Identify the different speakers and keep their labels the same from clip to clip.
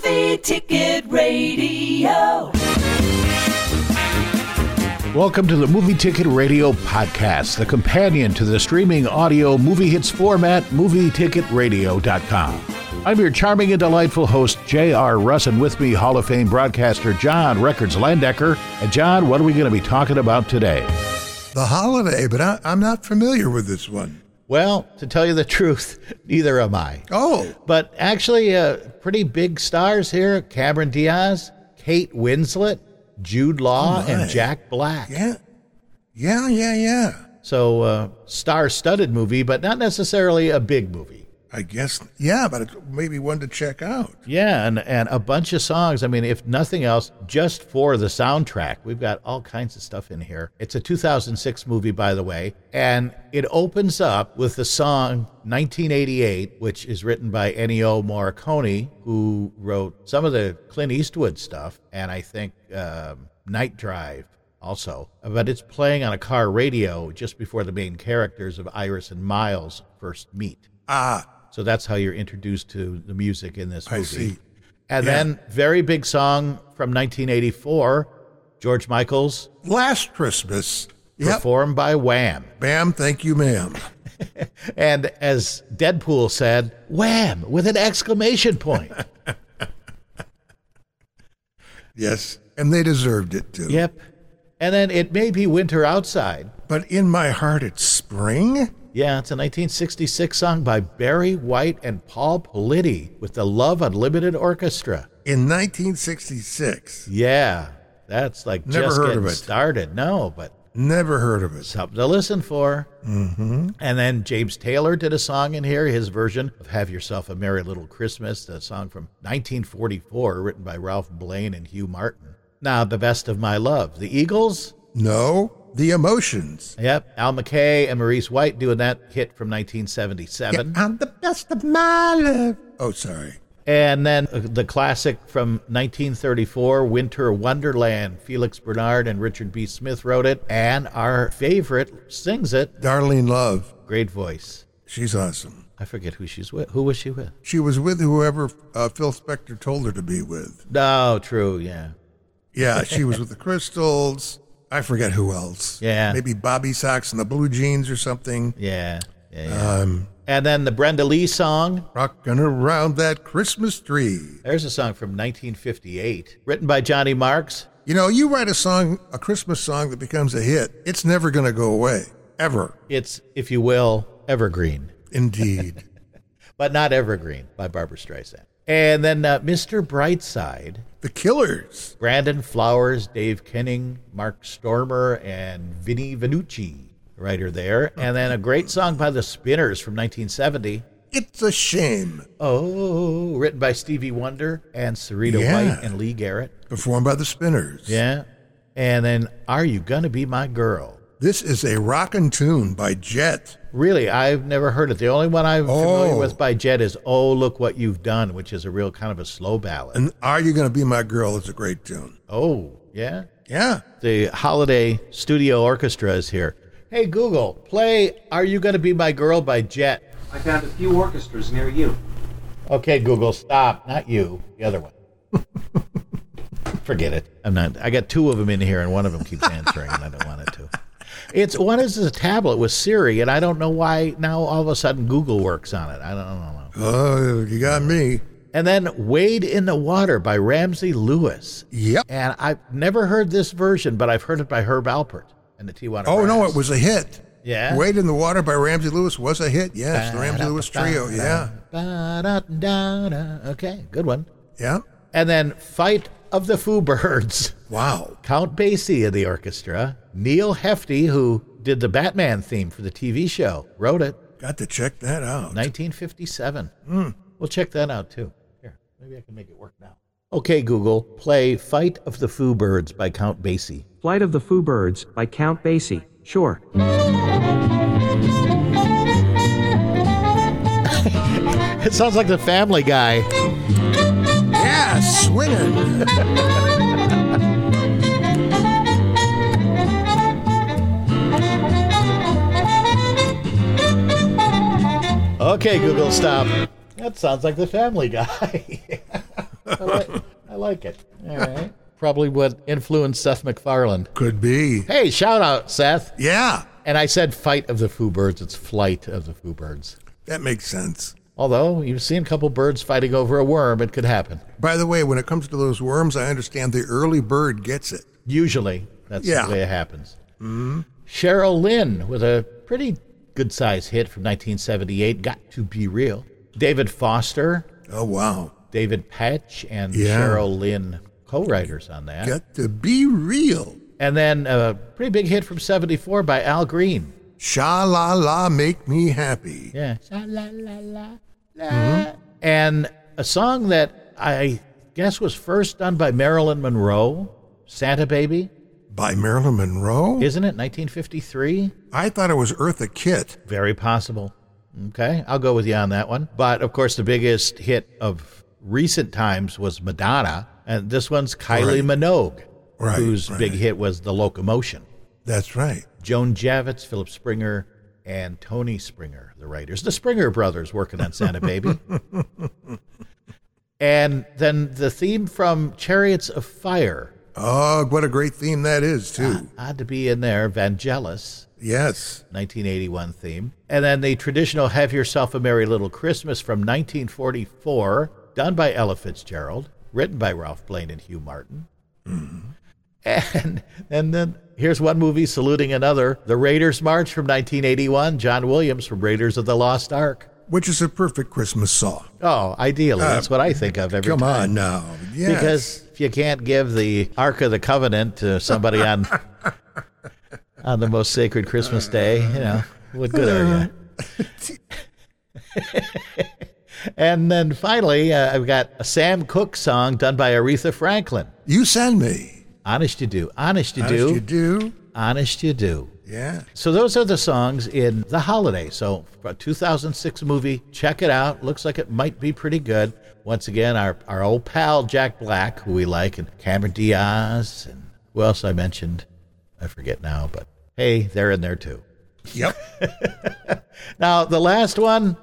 Speaker 1: Free Ticket Radio.
Speaker 2: Welcome to the Movie Ticket Radio Podcast, the companion to the streaming audio movie hits format, movieticket.radio.com. I'm your charming and delightful host, J.R. Russ, and with me, Hall of Fame broadcaster John Records Landecker. And John, what are we going to be talking about today?
Speaker 3: The Holiday, but I, I'm not familiar with this one.
Speaker 4: Well, to tell you the truth, neither am I.
Speaker 3: Oh,
Speaker 4: But actually, uh, pretty big stars here Cameron Diaz, Kate Winslet, Jude Law,
Speaker 3: Oh, my.
Speaker 4: and Jack Black.
Speaker 3: yeah. Yeah, yeah, yeah.
Speaker 4: So, uh, star studded movie, but not necessarily a big movie.
Speaker 3: I guess, yeah, but it's maybe one to check out.
Speaker 4: Yeah, and, and a bunch of songs. I mean, if nothing else, just for the soundtrack, we've got all kinds of stuff in here. It's a 2006 movie, by the way, and it opens up with the song 1988, which is written by Ennio Morricone, who wrote some of the Clint Eastwood stuff, and I think um, Night Drive also. But it's playing on a car radio just before the main characters of Iris and Miles first meet.
Speaker 3: Ah,
Speaker 4: So that's how you're introduced to the music in this
Speaker 3: I
Speaker 4: movie.
Speaker 3: see.
Speaker 4: And
Speaker 3: Yeah.
Speaker 4: then very big song from 1984, George Michael's,
Speaker 3: Last Christmas. Yep.
Speaker 4: performed by Wham.
Speaker 3: Bam, thank you, ma'am.
Speaker 4: And as Deadpool said, Wham with an exclamation point.
Speaker 3: Yes. And they deserved it too.
Speaker 4: yep. And then it may be winter outside.
Speaker 3: But in my heart, it's spring.
Speaker 4: Yeah, it's a 1966 song by Barry White and Paul Politi with the Love Unlimited Orchestra.
Speaker 3: In 1966.
Speaker 4: Yeah, that's like
Speaker 3: Never
Speaker 4: just
Speaker 3: heard
Speaker 4: getting
Speaker 3: of it.
Speaker 4: started. No, but
Speaker 3: Never heard of it.
Speaker 4: something to listen for. Mm-hmm. And then James Taylor did a song in here, his version of Have Yourself a Merry Little Christmas, the song from 1944, written by Ralph Blaine and Hugh Martin. Now, The Best of My Love, The Eagles.
Speaker 3: No, the emotions.
Speaker 4: Yep, Al McKay and Maurice White doing that hit from 1977.
Speaker 3: Yeah, I'm the best of my love. Oh, sorry.
Speaker 4: And then uh, the classic from 1934, Winter Wonderland. Felix Bernard and Richard B. Smith wrote it. And our favorite sings it,
Speaker 3: Darlene Love.
Speaker 4: great voice.
Speaker 3: She's awesome.
Speaker 4: I forget who she's with. Who was she with?
Speaker 3: She was with whoever uh, Phil Spector told her to be with.
Speaker 4: No, Oh, true, yeah.
Speaker 3: Yeah, she was with the Crystals. I forget who else.
Speaker 4: Yeah.
Speaker 3: Maybe Bobby Socks and the Blue Jeans or something.
Speaker 4: Yeah. Yeah. yeah. and then the Brenda Lee song.
Speaker 3: Rocking around that Christmas tree.
Speaker 4: There's a song from 1958, written by Johnny Marks.
Speaker 3: You know, you write a song, a Christmas song that becomes a hit, it's never going to go away, ever.
Speaker 4: It's, if you will, Evergreen,
Speaker 3: Indeed.
Speaker 4: but not Evergreen by Barbara Streisand. And then uh, Mr. Brightside,
Speaker 3: the Killers.
Speaker 4: Brandon Flowers, Dave Kenning, Mark Stormer, and Vinnie Venucci, writer there. And then a great song by the Spinners from 1970.
Speaker 3: It's a shame.
Speaker 4: Oh, written by Stevie Wonder and Sarita
Speaker 3: Yeah.
Speaker 4: White and Lee Garrett.
Speaker 3: Performed by the Spinners.
Speaker 4: Yeah. And then Are You Gonna Be My Girl?
Speaker 3: This is a rockin' tune by Jet.
Speaker 4: Really, I've never heard it. The only one I'm familiar
Speaker 3: Oh.
Speaker 4: with by Jet is Oh Look What You've Done, which is a real kind of a slow ballad.
Speaker 3: And Are You Gonna Be My Girl is a great tune.
Speaker 4: oh, yeah.
Speaker 3: Yeah.
Speaker 4: The Holiday Studio Orchestra is here. Hey Google, play Are You Gonna Be My Girl by Jet.
Speaker 5: I found a few orchestras near you.
Speaker 4: Okay, Google, stop. Not you, the other one. Forget it. I'm not. I got two of them in here, and one of them keeps answering, and I don't want it to. It's one is a tablet with Siri, and I don't know why now all of a sudden Google works on it. I don't know.
Speaker 3: Oh, you got me.
Speaker 4: And then Wade in the Water by Ramsey Lewis.
Speaker 3: Yep.
Speaker 4: And I've never heard this version, but I've heard it by Herb Alpert and the Tijuana
Speaker 3: Oh, no,
Speaker 4: Brass.
Speaker 3: it was a hit.
Speaker 4: Yeah.
Speaker 3: Wade in the Water by Ramsey Lewis was a hit. Yes, the Ramsey Lewis Trio. Yeah.
Speaker 4: Ba-da-da-da. Okay, good one.
Speaker 3: Yeah.
Speaker 4: And then Fight of the Foo Birds.
Speaker 3: Wow.
Speaker 4: Count Basie of the orchestra, Neil Hefti, who did the Batman theme for the TV show, wrote it,
Speaker 3: Got to check that out.
Speaker 4: 1957. Hmm. We'll check that out too. Here, maybe I can make it work now. Okay, Google, play "Fight of the Foo Birds" by Count Basie.
Speaker 5: Flight of the Foo Birds by Count Basie. Sure.
Speaker 4: It sounds like the Family Guy.
Speaker 3: Yeah, swinging.
Speaker 4: Okay, Google, stop. That sounds like the Family Guy. I like, I like it. All right. Probably what influenced Seth MacFarlane.
Speaker 3: Could be.
Speaker 4: Hey, shout out, Seth.
Speaker 3: Yeah,
Speaker 4: And I said fight of the foo birds. It's flight of the foo birds.
Speaker 3: that makes sense.
Speaker 4: Although you've seen a couple birds fighting over a worm, it could happen.
Speaker 3: By the way, when it comes to those worms, I understand the early bird gets it.
Speaker 4: Usually, that's
Speaker 3: Yeah. Mm-hmm.
Speaker 4: the way it happens. Cheryl Lynn with a pretty good size hit from 1978, Got to Be Real. David Foster,
Speaker 3: Oh, wow.
Speaker 4: David Patch, and
Speaker 3: Yeah.
Speaker 4: Cheryl Lynn co writers on that.
Speaker 3: Got to be real.
Speaker 4: And then a pretty big hit from 74 by Al Green.
Speaker 3: Sha la la, make me happy.
Speaker 4: Yeah. Mm-hmm. And a song that I guess was first done by Marilyn Monroe, Santa Baby,
Speaker 3: By Marilyn Monroe?
Speaker 4: isn't it? 1953?
Speaker 3: I thought it was Eartha Kitt.
Speaker 4: Very possible. Okay, I'll go with you on that one. But of course, the biggest hit of recent times was Madonna, and this one's Kylie
Speaker 3: Right.
Speaker 4: Minogue,
Speaker 3: Right,
Speaker 4: whose
Speaker 3: right.
Speaker 4: big hit was The Locomotion.
Speaker 3: That's right.
Speaker 4: Joan Javits, Philip Springer, and Tony Springer, the writers. The Springer brothers working on Santa Baby. And then the theme from Chariots of Fire Ah,
Speaker 3: Oh, what a great theme that is, too.
Speaker 4: had to be in there, Vangelis,
Speaker 3: Yes.
Speaker 4: 1981 theme. And then the traditional Have Yourself a Merry Little Christmas from 1944, done by Ella Fitzgerald, written by Ralph Blaine and Hugh Martin. And, and then here's one movie saluting another The Raiders March from 1981, John Williams from Raiders of the Lost Ark.
Speaker 3: Which is a perfect Christmas song.
Speaker 4: Oh, ideally, that's what I think of every
Speaker 3: Come
Speaker 4: time.
Speaker 3: on now. Yes.
Speaker 4: Because if you can't give the Ark of the Covenant to somebody on on the most sacred Christmas day, you know, what good are you? and then finally, uh, I've got a Sam Cooke song done by Aretha Franklin.
Speaker 3: you send me.
Speaker 4: Honest you do, honest you
Speaker 3: As
Speaker 4: do,
Speaker 3: you do.
Speaker 4: honest you do.
Speaker 3: Yeah.
Speaker 4: So those are the songs in the holiday. So a 2006 movie, check it out. Looks like it might be pretty good. Once again, our our old pal Jack Black, who we like, and Cameron Diaz, and who else I mentioned, I forget now. But hey, they're in there too.
Speaker 3: Yep.
Speaker 4: Now the last one,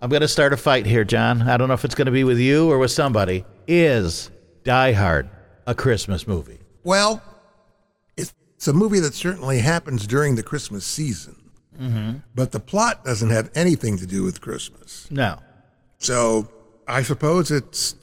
Speaker 4: I'm going to start a fight here, John. I don't know if it's going to be with you or with somebody. Is Die Hard a Christmas movie?
Speaker 3: Well, it's, it's a movie that certainly happens during the Christmas season,
Speaker 4: Mm-hmm.
Speaker 3: but the plot doesn't have anything to do with Christmas.
Speaker 4: No.
Speaker 3: So I suppose it's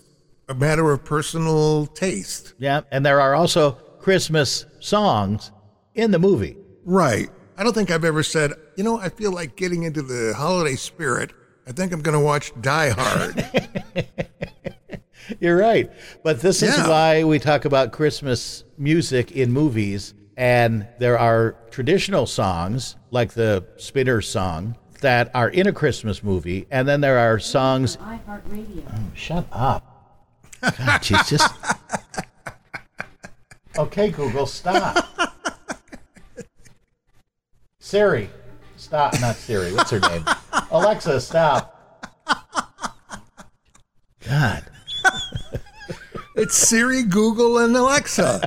Speaker 3: a matter of personal taste.
Speaker 4: Yeah, and there are also Christmas songs in the movie.
Speaker 3: Right. I don't think I've ever said, you know, I feel like getting into the holiday spirit. I think I'm going to watch Die Hard.
Speaker 4: You're right. But this is
Speaker 3: Yeah.
Speaker 4: why we talk about Christmas music in movies. And there are traditional songs, like the Spinner song, that are in a Christmas movie. And then there are songs. Oh, shut up. God, she's just. Okay, Google, stop. Siri, stop. Not Siri. What's her name? Alexa, stop. God.
Speaker 3: it's Siri, Google, and Alexa.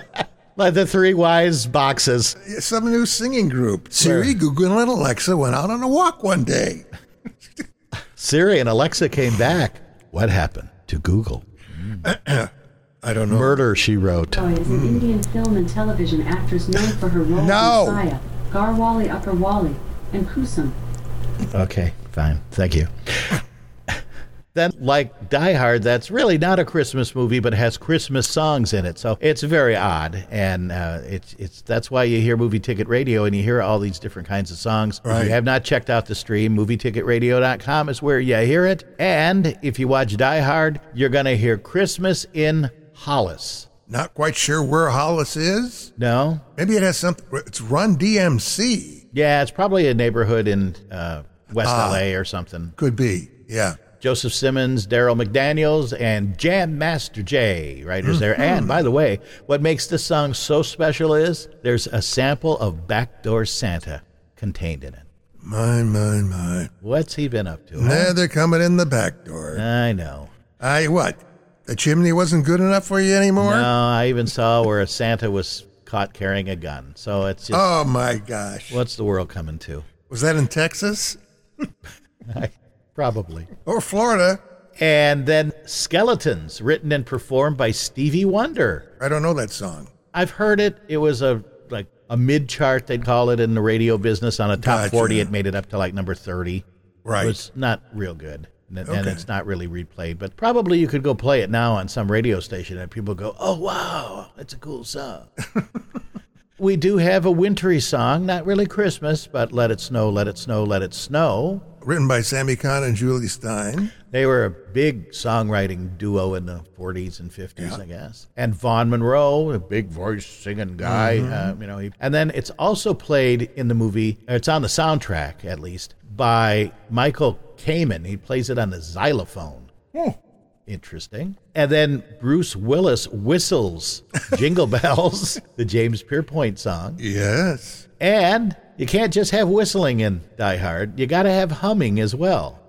Speaker 4: Like the three wise boxes.
Speaker 3: It's Some new singing group. Siri, Google, and Alexa went out on a walk one day.
Speaker 4: Siri and Alexa came back. What happened to Google?
Speaker 3: I don't know.
Speaker 4: Murder, she wrote.
Speaker 6: Roy is an Indian film and television actress known for her roles
Speaker 3: No.
Speaker 6: in Saya, Garwali Upper Wali, and Kusum.
Speaker 4: Okay, fine. Thank you. then, like Die Hard, that's really not a Christmas movie, but has Christmas songs in it. So it's very odd, and uh, it's it's that's why you hear Movie Ticket Radio and you hear all these different kinds of songs. If
Speaker 3: Right.
Speaker 4: you have not checked out the stream, MovieTicketRadio.com is where you hear it. And if you watch Die Hard, you're gonna hear Christmas in Hollis.
Speaker 3: Not quite sure where Hollis is.
Speaker 4: No,
Speaker 3: Maybe it has something. It's Run DMC.
Speaker 4: Yeah, it's probably a neighborhood in uh, West LA or something.
Speaker 3: Could be. Yeah.
Speaker 4: Joseph Simmons, Daryl McDaniels, and Jam Master Jay, writers there. And by the way, what makes this song so special is there's a sample of Backdoor Santa contained in it.
Speaker 3: Mine, mine, mine.
Speaker 4: What's he been up to? huh?
Speaker 3: Nah, they're coming in the back door.
Speaker 4: I know.
Speaker 3: I what? The chimney wasn't good enough for you anymore?
Speaker 4: No, I even saw where a Santa was caught carrying a gun. So it's just,
Speaker 3: Oh my gosh.
Speaker 4: what's the world coming to?
Speaker 3: Was that in Texas
Speaker 4: Probably.
Speaker 3: or Florida?
Speaker 4: And then Skeletons, written and performed by Stevie Wonder.
Speaker 3: I don't know that song.
Speaker 4: I've heard it. It was a like a mid chart, they'd call it in the radio business. On a top
Speaker 3: Gotcha.
Speaker 4: 40, it made it up to like number 30.
Speaker 3: Right.
Speaker 4: It's not real good. And, and
Speaker 3: Okay.
Speaker 4: it's not really replayed, but probably you could go play it now on some radio station and people go, oh, wow, that's a cool song. we do have a wintry song, not really Christmas, but Let It Snow, Let It Snow, Let It Snow.
Speaker 3: Written by Sammy Kahn and Julie Stein.
Speaker 4: They were a big songwriting duo in the 40s and 50s, I guess. And Vaughn Monroe, a big voice singing guy, uh, you know. He, and then it's also played in the movie. or It's on the soundtrack, at least, by Michael Kamen. He plays it on the xylophone. Interesting. And then Bruce Willis whistles Jingle Bells, the James Pierpoint song.
Speaker 3: Yes.
Speaker 4: And you can't just have whistling in Die Hard, you got to have humming as well.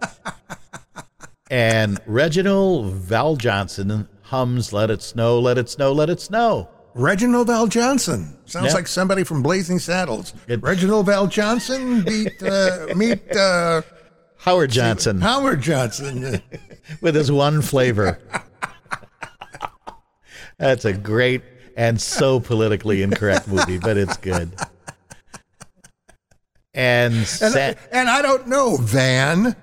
Speaker 4: and Reginald Val Johnson hums Let It Snow, Let It Snow, Let It Snow.
Speaker 3: Reginald Val Johnson. Sounds
Speaker 4: Yeah.
Speaker 3: like somebody from Blazing Saddles.
Speaker 4: It-
Speaker 3: Reginald Val Johnson beat uh, meet uh,
Speaker 4: Howard Johnson
Speaker 3: Howard Johnson.
Speaker 4: with his one flavor. That's a great and so politically incorrect movie, but it's good. And,
Speaker 3: And,
Speaker 4: Sa-
Speaker 3: and I don't know, Van.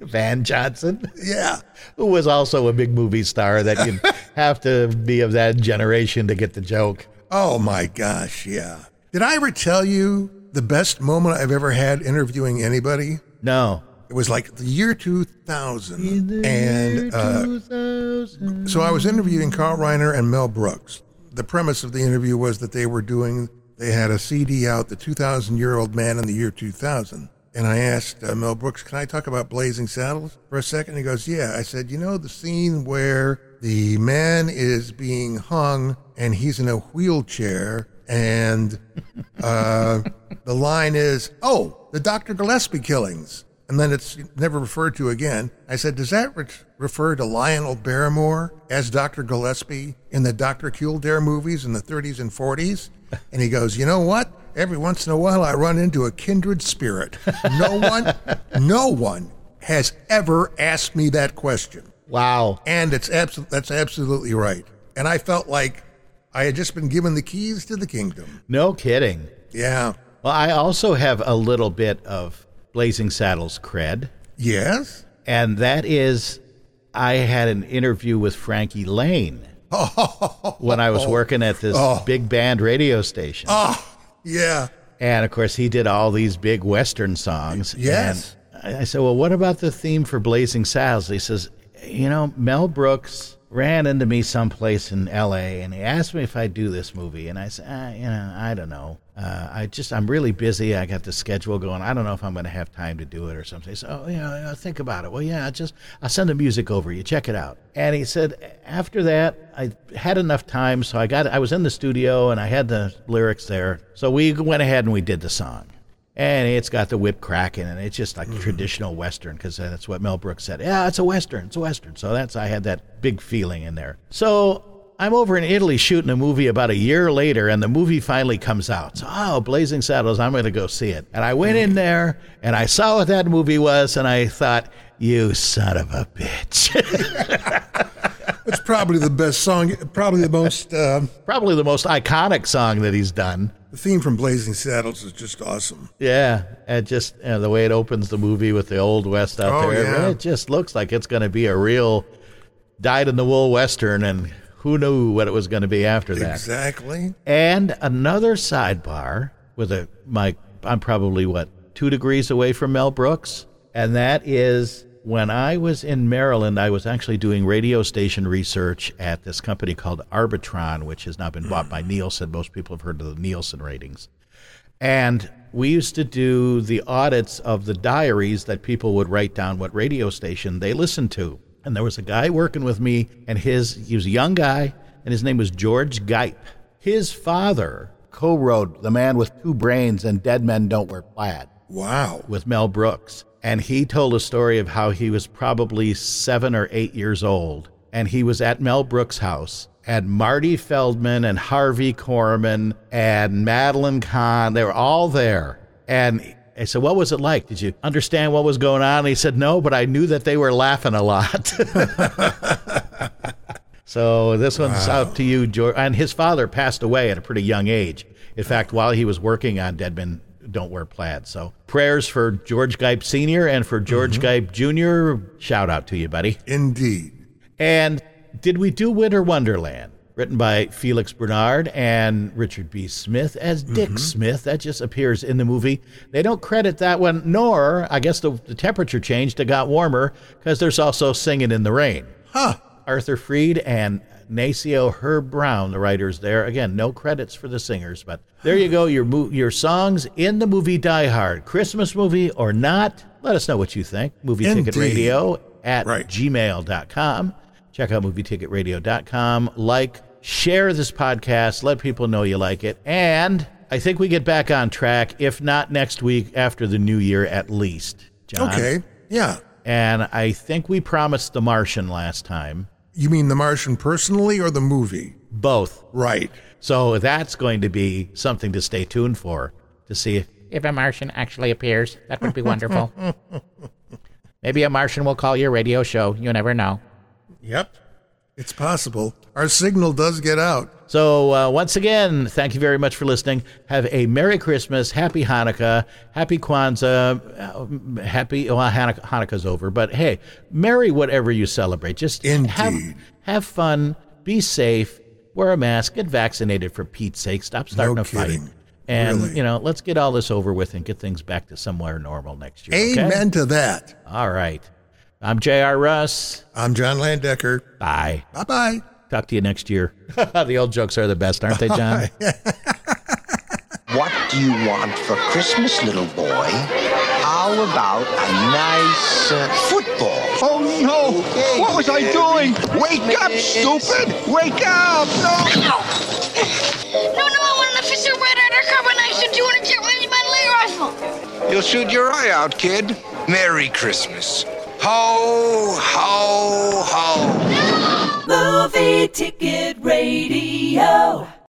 Speaker 4: Van Johnson.
Speaker 3: Yeah.
Speaker 4: who was also a big movie star that you have to be of that generation to get the joke.
Speaker 3: Oh my gosh, yeah. Did I ever tell you the best moment I've ever had interviewing anybody?
Speaker 4: No.
Speaker 3: It was like the year 2000. And uh,
Speaker 4: 2000.
Speaker 3: so I was interviewing Carl Reiner and Mel Brooks. The premise of the interview was that they were doing, they had a CD out, The 2000 Year Old Man in the Year 2000. And I asked uh, Mel Brooks, can I talk about Blazing Saddles for a second? He goes, yeah. I said, you know, the scene where the man is being hung and he's in a wheelchair and uh, the line is, oh, the Dr. Gillespie killings. And then it's never referred to again. I said, does that re- refer to Lionel Barrymore as Dr. Gillespie in the Dr. Kildare movies in the 30s and 40s? And he goes, you know what? Every once in a while, I run into a kindred spirit. No one, no one has ever asked me that question.
Speaker 4: Wow.
Speaker 3: And it's abso- that's absolutely right. And I felt like I had just been given the keys to the kingdom.
Speaker 4: No kidding.
Speaker 3: Yeah.
Speaker 4: Well, I also have a little bit of Blazing Saddles cred,
Speaker 3: Yes.
Speaker 4: and that is I had an interview with Frankie Lane when I was working at this big band radio station.
Speaker 3: Yeah.
Speaker 4: And of course, he did all these big Western songs.
Speaker 3: Yes.
Speaker 4: And I I said, Well, what about the theme for Blazing Saddles? He says, You know, Mel Brooks ran into me someplace in LA and he asked me if I'd do this movie. And I said, ah, You know, I don't know. Uh, I just, I'm really busy. I got the schedule going. I don't know if I'm going to have time to do it or something. He said, Oh, yeah, yeah, think about it. Well, yeah, I just, I'll send the music over. You check it out. And he said, After that, I had enough time. So I got, I was in the studio and I had the lyrics there. So we went ahead and we did the song and it's got the whip cracking and it's just like traditional western because that's what mel brooks said yeah it's a western it's a western so that's i had that big feeling in there so i'm over in italy shooting a movie about a year later and the movie finally comes out so oh blazing saddles i'm going to go see it and i went in there and i saw what that movie was and i thought you son of a bitch
Speaker 3: It's probably the best song, probably the most. Uh,
Speaker 4: probably the most iconic song that he's done
Speaker 3: the theme from Blazing Saddles is just awesome.
Speaker 4: Yeah, and just you know, the way it opens the movie with the old west out
Speaker 3: Oh,
Speaker 4: there,
Speaker 3: yeah.
Speaker 4: it just looks like it's going to be a real dyed-in-the-wool western, and who knew what it was going to be after that.
Speaker 3: Exactly.
Speaker 4: And another sidebar with a my I'm probably what two degrees away from Mel Brooks, and that is when I was in Maryland, I was actually doing radio station research at this company called Arbitron, which has now been bought
Speaker 3: Mm.
Speaker 4: by Nielsen. Most people have heard of the Nielsen ratings. And we used to do the audits of the diaries that people would write down what radio station they listened to. And there was a guy working with me, and his he was a young guy, and his name was George Gipe. His father co wrote The Man with Two Brains and Dead Men Don't Wear Plaid
Speaker 3: Wow.
Speaker 4: with Mel Brooks. And he told a story of how he was probably seven or eight years old. And he was at Mel Brooks' house. And Marty Feldman and Harvey Korman and Madeline Kahn, they were all there. And I said, What was it like? Did you understand what was going on? And he said, No, but I knew that they were laughing a lot. so this one's out to you, George. And his father passed away at a pretty young age. In fact, while he was working on Dead Men Don't Wear Plaid. So prayers for George Gipe Sr. and for George Gipe Jr. Shout out to you, buddy.
Speaker 3: Indeed.
Speaker 4: And did we do Winter Wonderland? Written by Felix Bernard and Richard B. Smith as Dick
Speaker 3: Mm-hmm.
Speaker 4: Smith. That just appears in the movie. They don't credit that one, nor I guess the, the temperature changed. It got warmer because there's also Singing in the Rain.
Speaker 3: Huh.
Speaker 4: Arthur Freed and Nacio Herb Brown, the writers there. Again, no credits for the singers, but there you go. Your mo- your songs in the movie Die Hard, Christmas movie or not. Let us know what you think. Movie Ticket
Speaker 3: Indeed.
Speaker 4: Radio at
Speaker 3: Right.
Speaker 4: gmail.com. Check out movieticket.radio.com. Like, share this podcast. Let people know you like it. And I think we get back on track, if not next week, after the new year at least. John.
Speaker 3: Okay. Yeah.
Speaker 4: And I think we promised The Martian last time.
Speaker 3: You mean The Martian personally or the movie?
Speaker 4: Both.
Speaker 3: Right.
Speaker 4: So that's going to be something to stay tuned for to see if,
Speaker 7: If a Martian actually appears, that would be wonderful. Maybe a Martian will call your radio show. You never know.
Speaker 3: Yep. It's possible. Our signal does get out.
Speaker 4: So, uh, once again, thank you very much for listening. Have a Merry Christmas, Happy Hanukkah, Happy Kwanzaa, uh, Happy, well, Hanuk- Hanukkah's over, but hey, Merry whatever you celebrate. Just have,
Speaker 3: Indeed.
Speaker 4: have fun, be safe, wear a mask, get vaccinated for Pete's sake, stop starting
Speaker 3: No
Speaker 4: a fight.
Speaker 3: kidding.
Speaker 4: And,
Speaker 3: Really.
Speaker 4: you know, let's get all this over with and get things back to somewhere normal next year. okay?
Speaker 3: Amen to that.
Speaker 4: All right. I'm J.R. Russ.
Speaker 3: I'm John Landecker.
Speaker 4: Bye.
Speaker 3: Bye bye.
Speaker 4: Talk to you next year. the old jokes are the best, aren't they, John?
Speaker 8: What do you want for Christmas, little boy? How about a nice uh, football? Oh no! What was I doing? Wake up, stupid! Wake up! No!
Speaker 9: No, no, I want an official red undercover and I shoot you in a jet with my leg rifle.
Speaker 8: You'll shoot your eye out, kid. Merry Christmas. Ho, ho, ho.
Speaker 1: Movie Ticket Radio.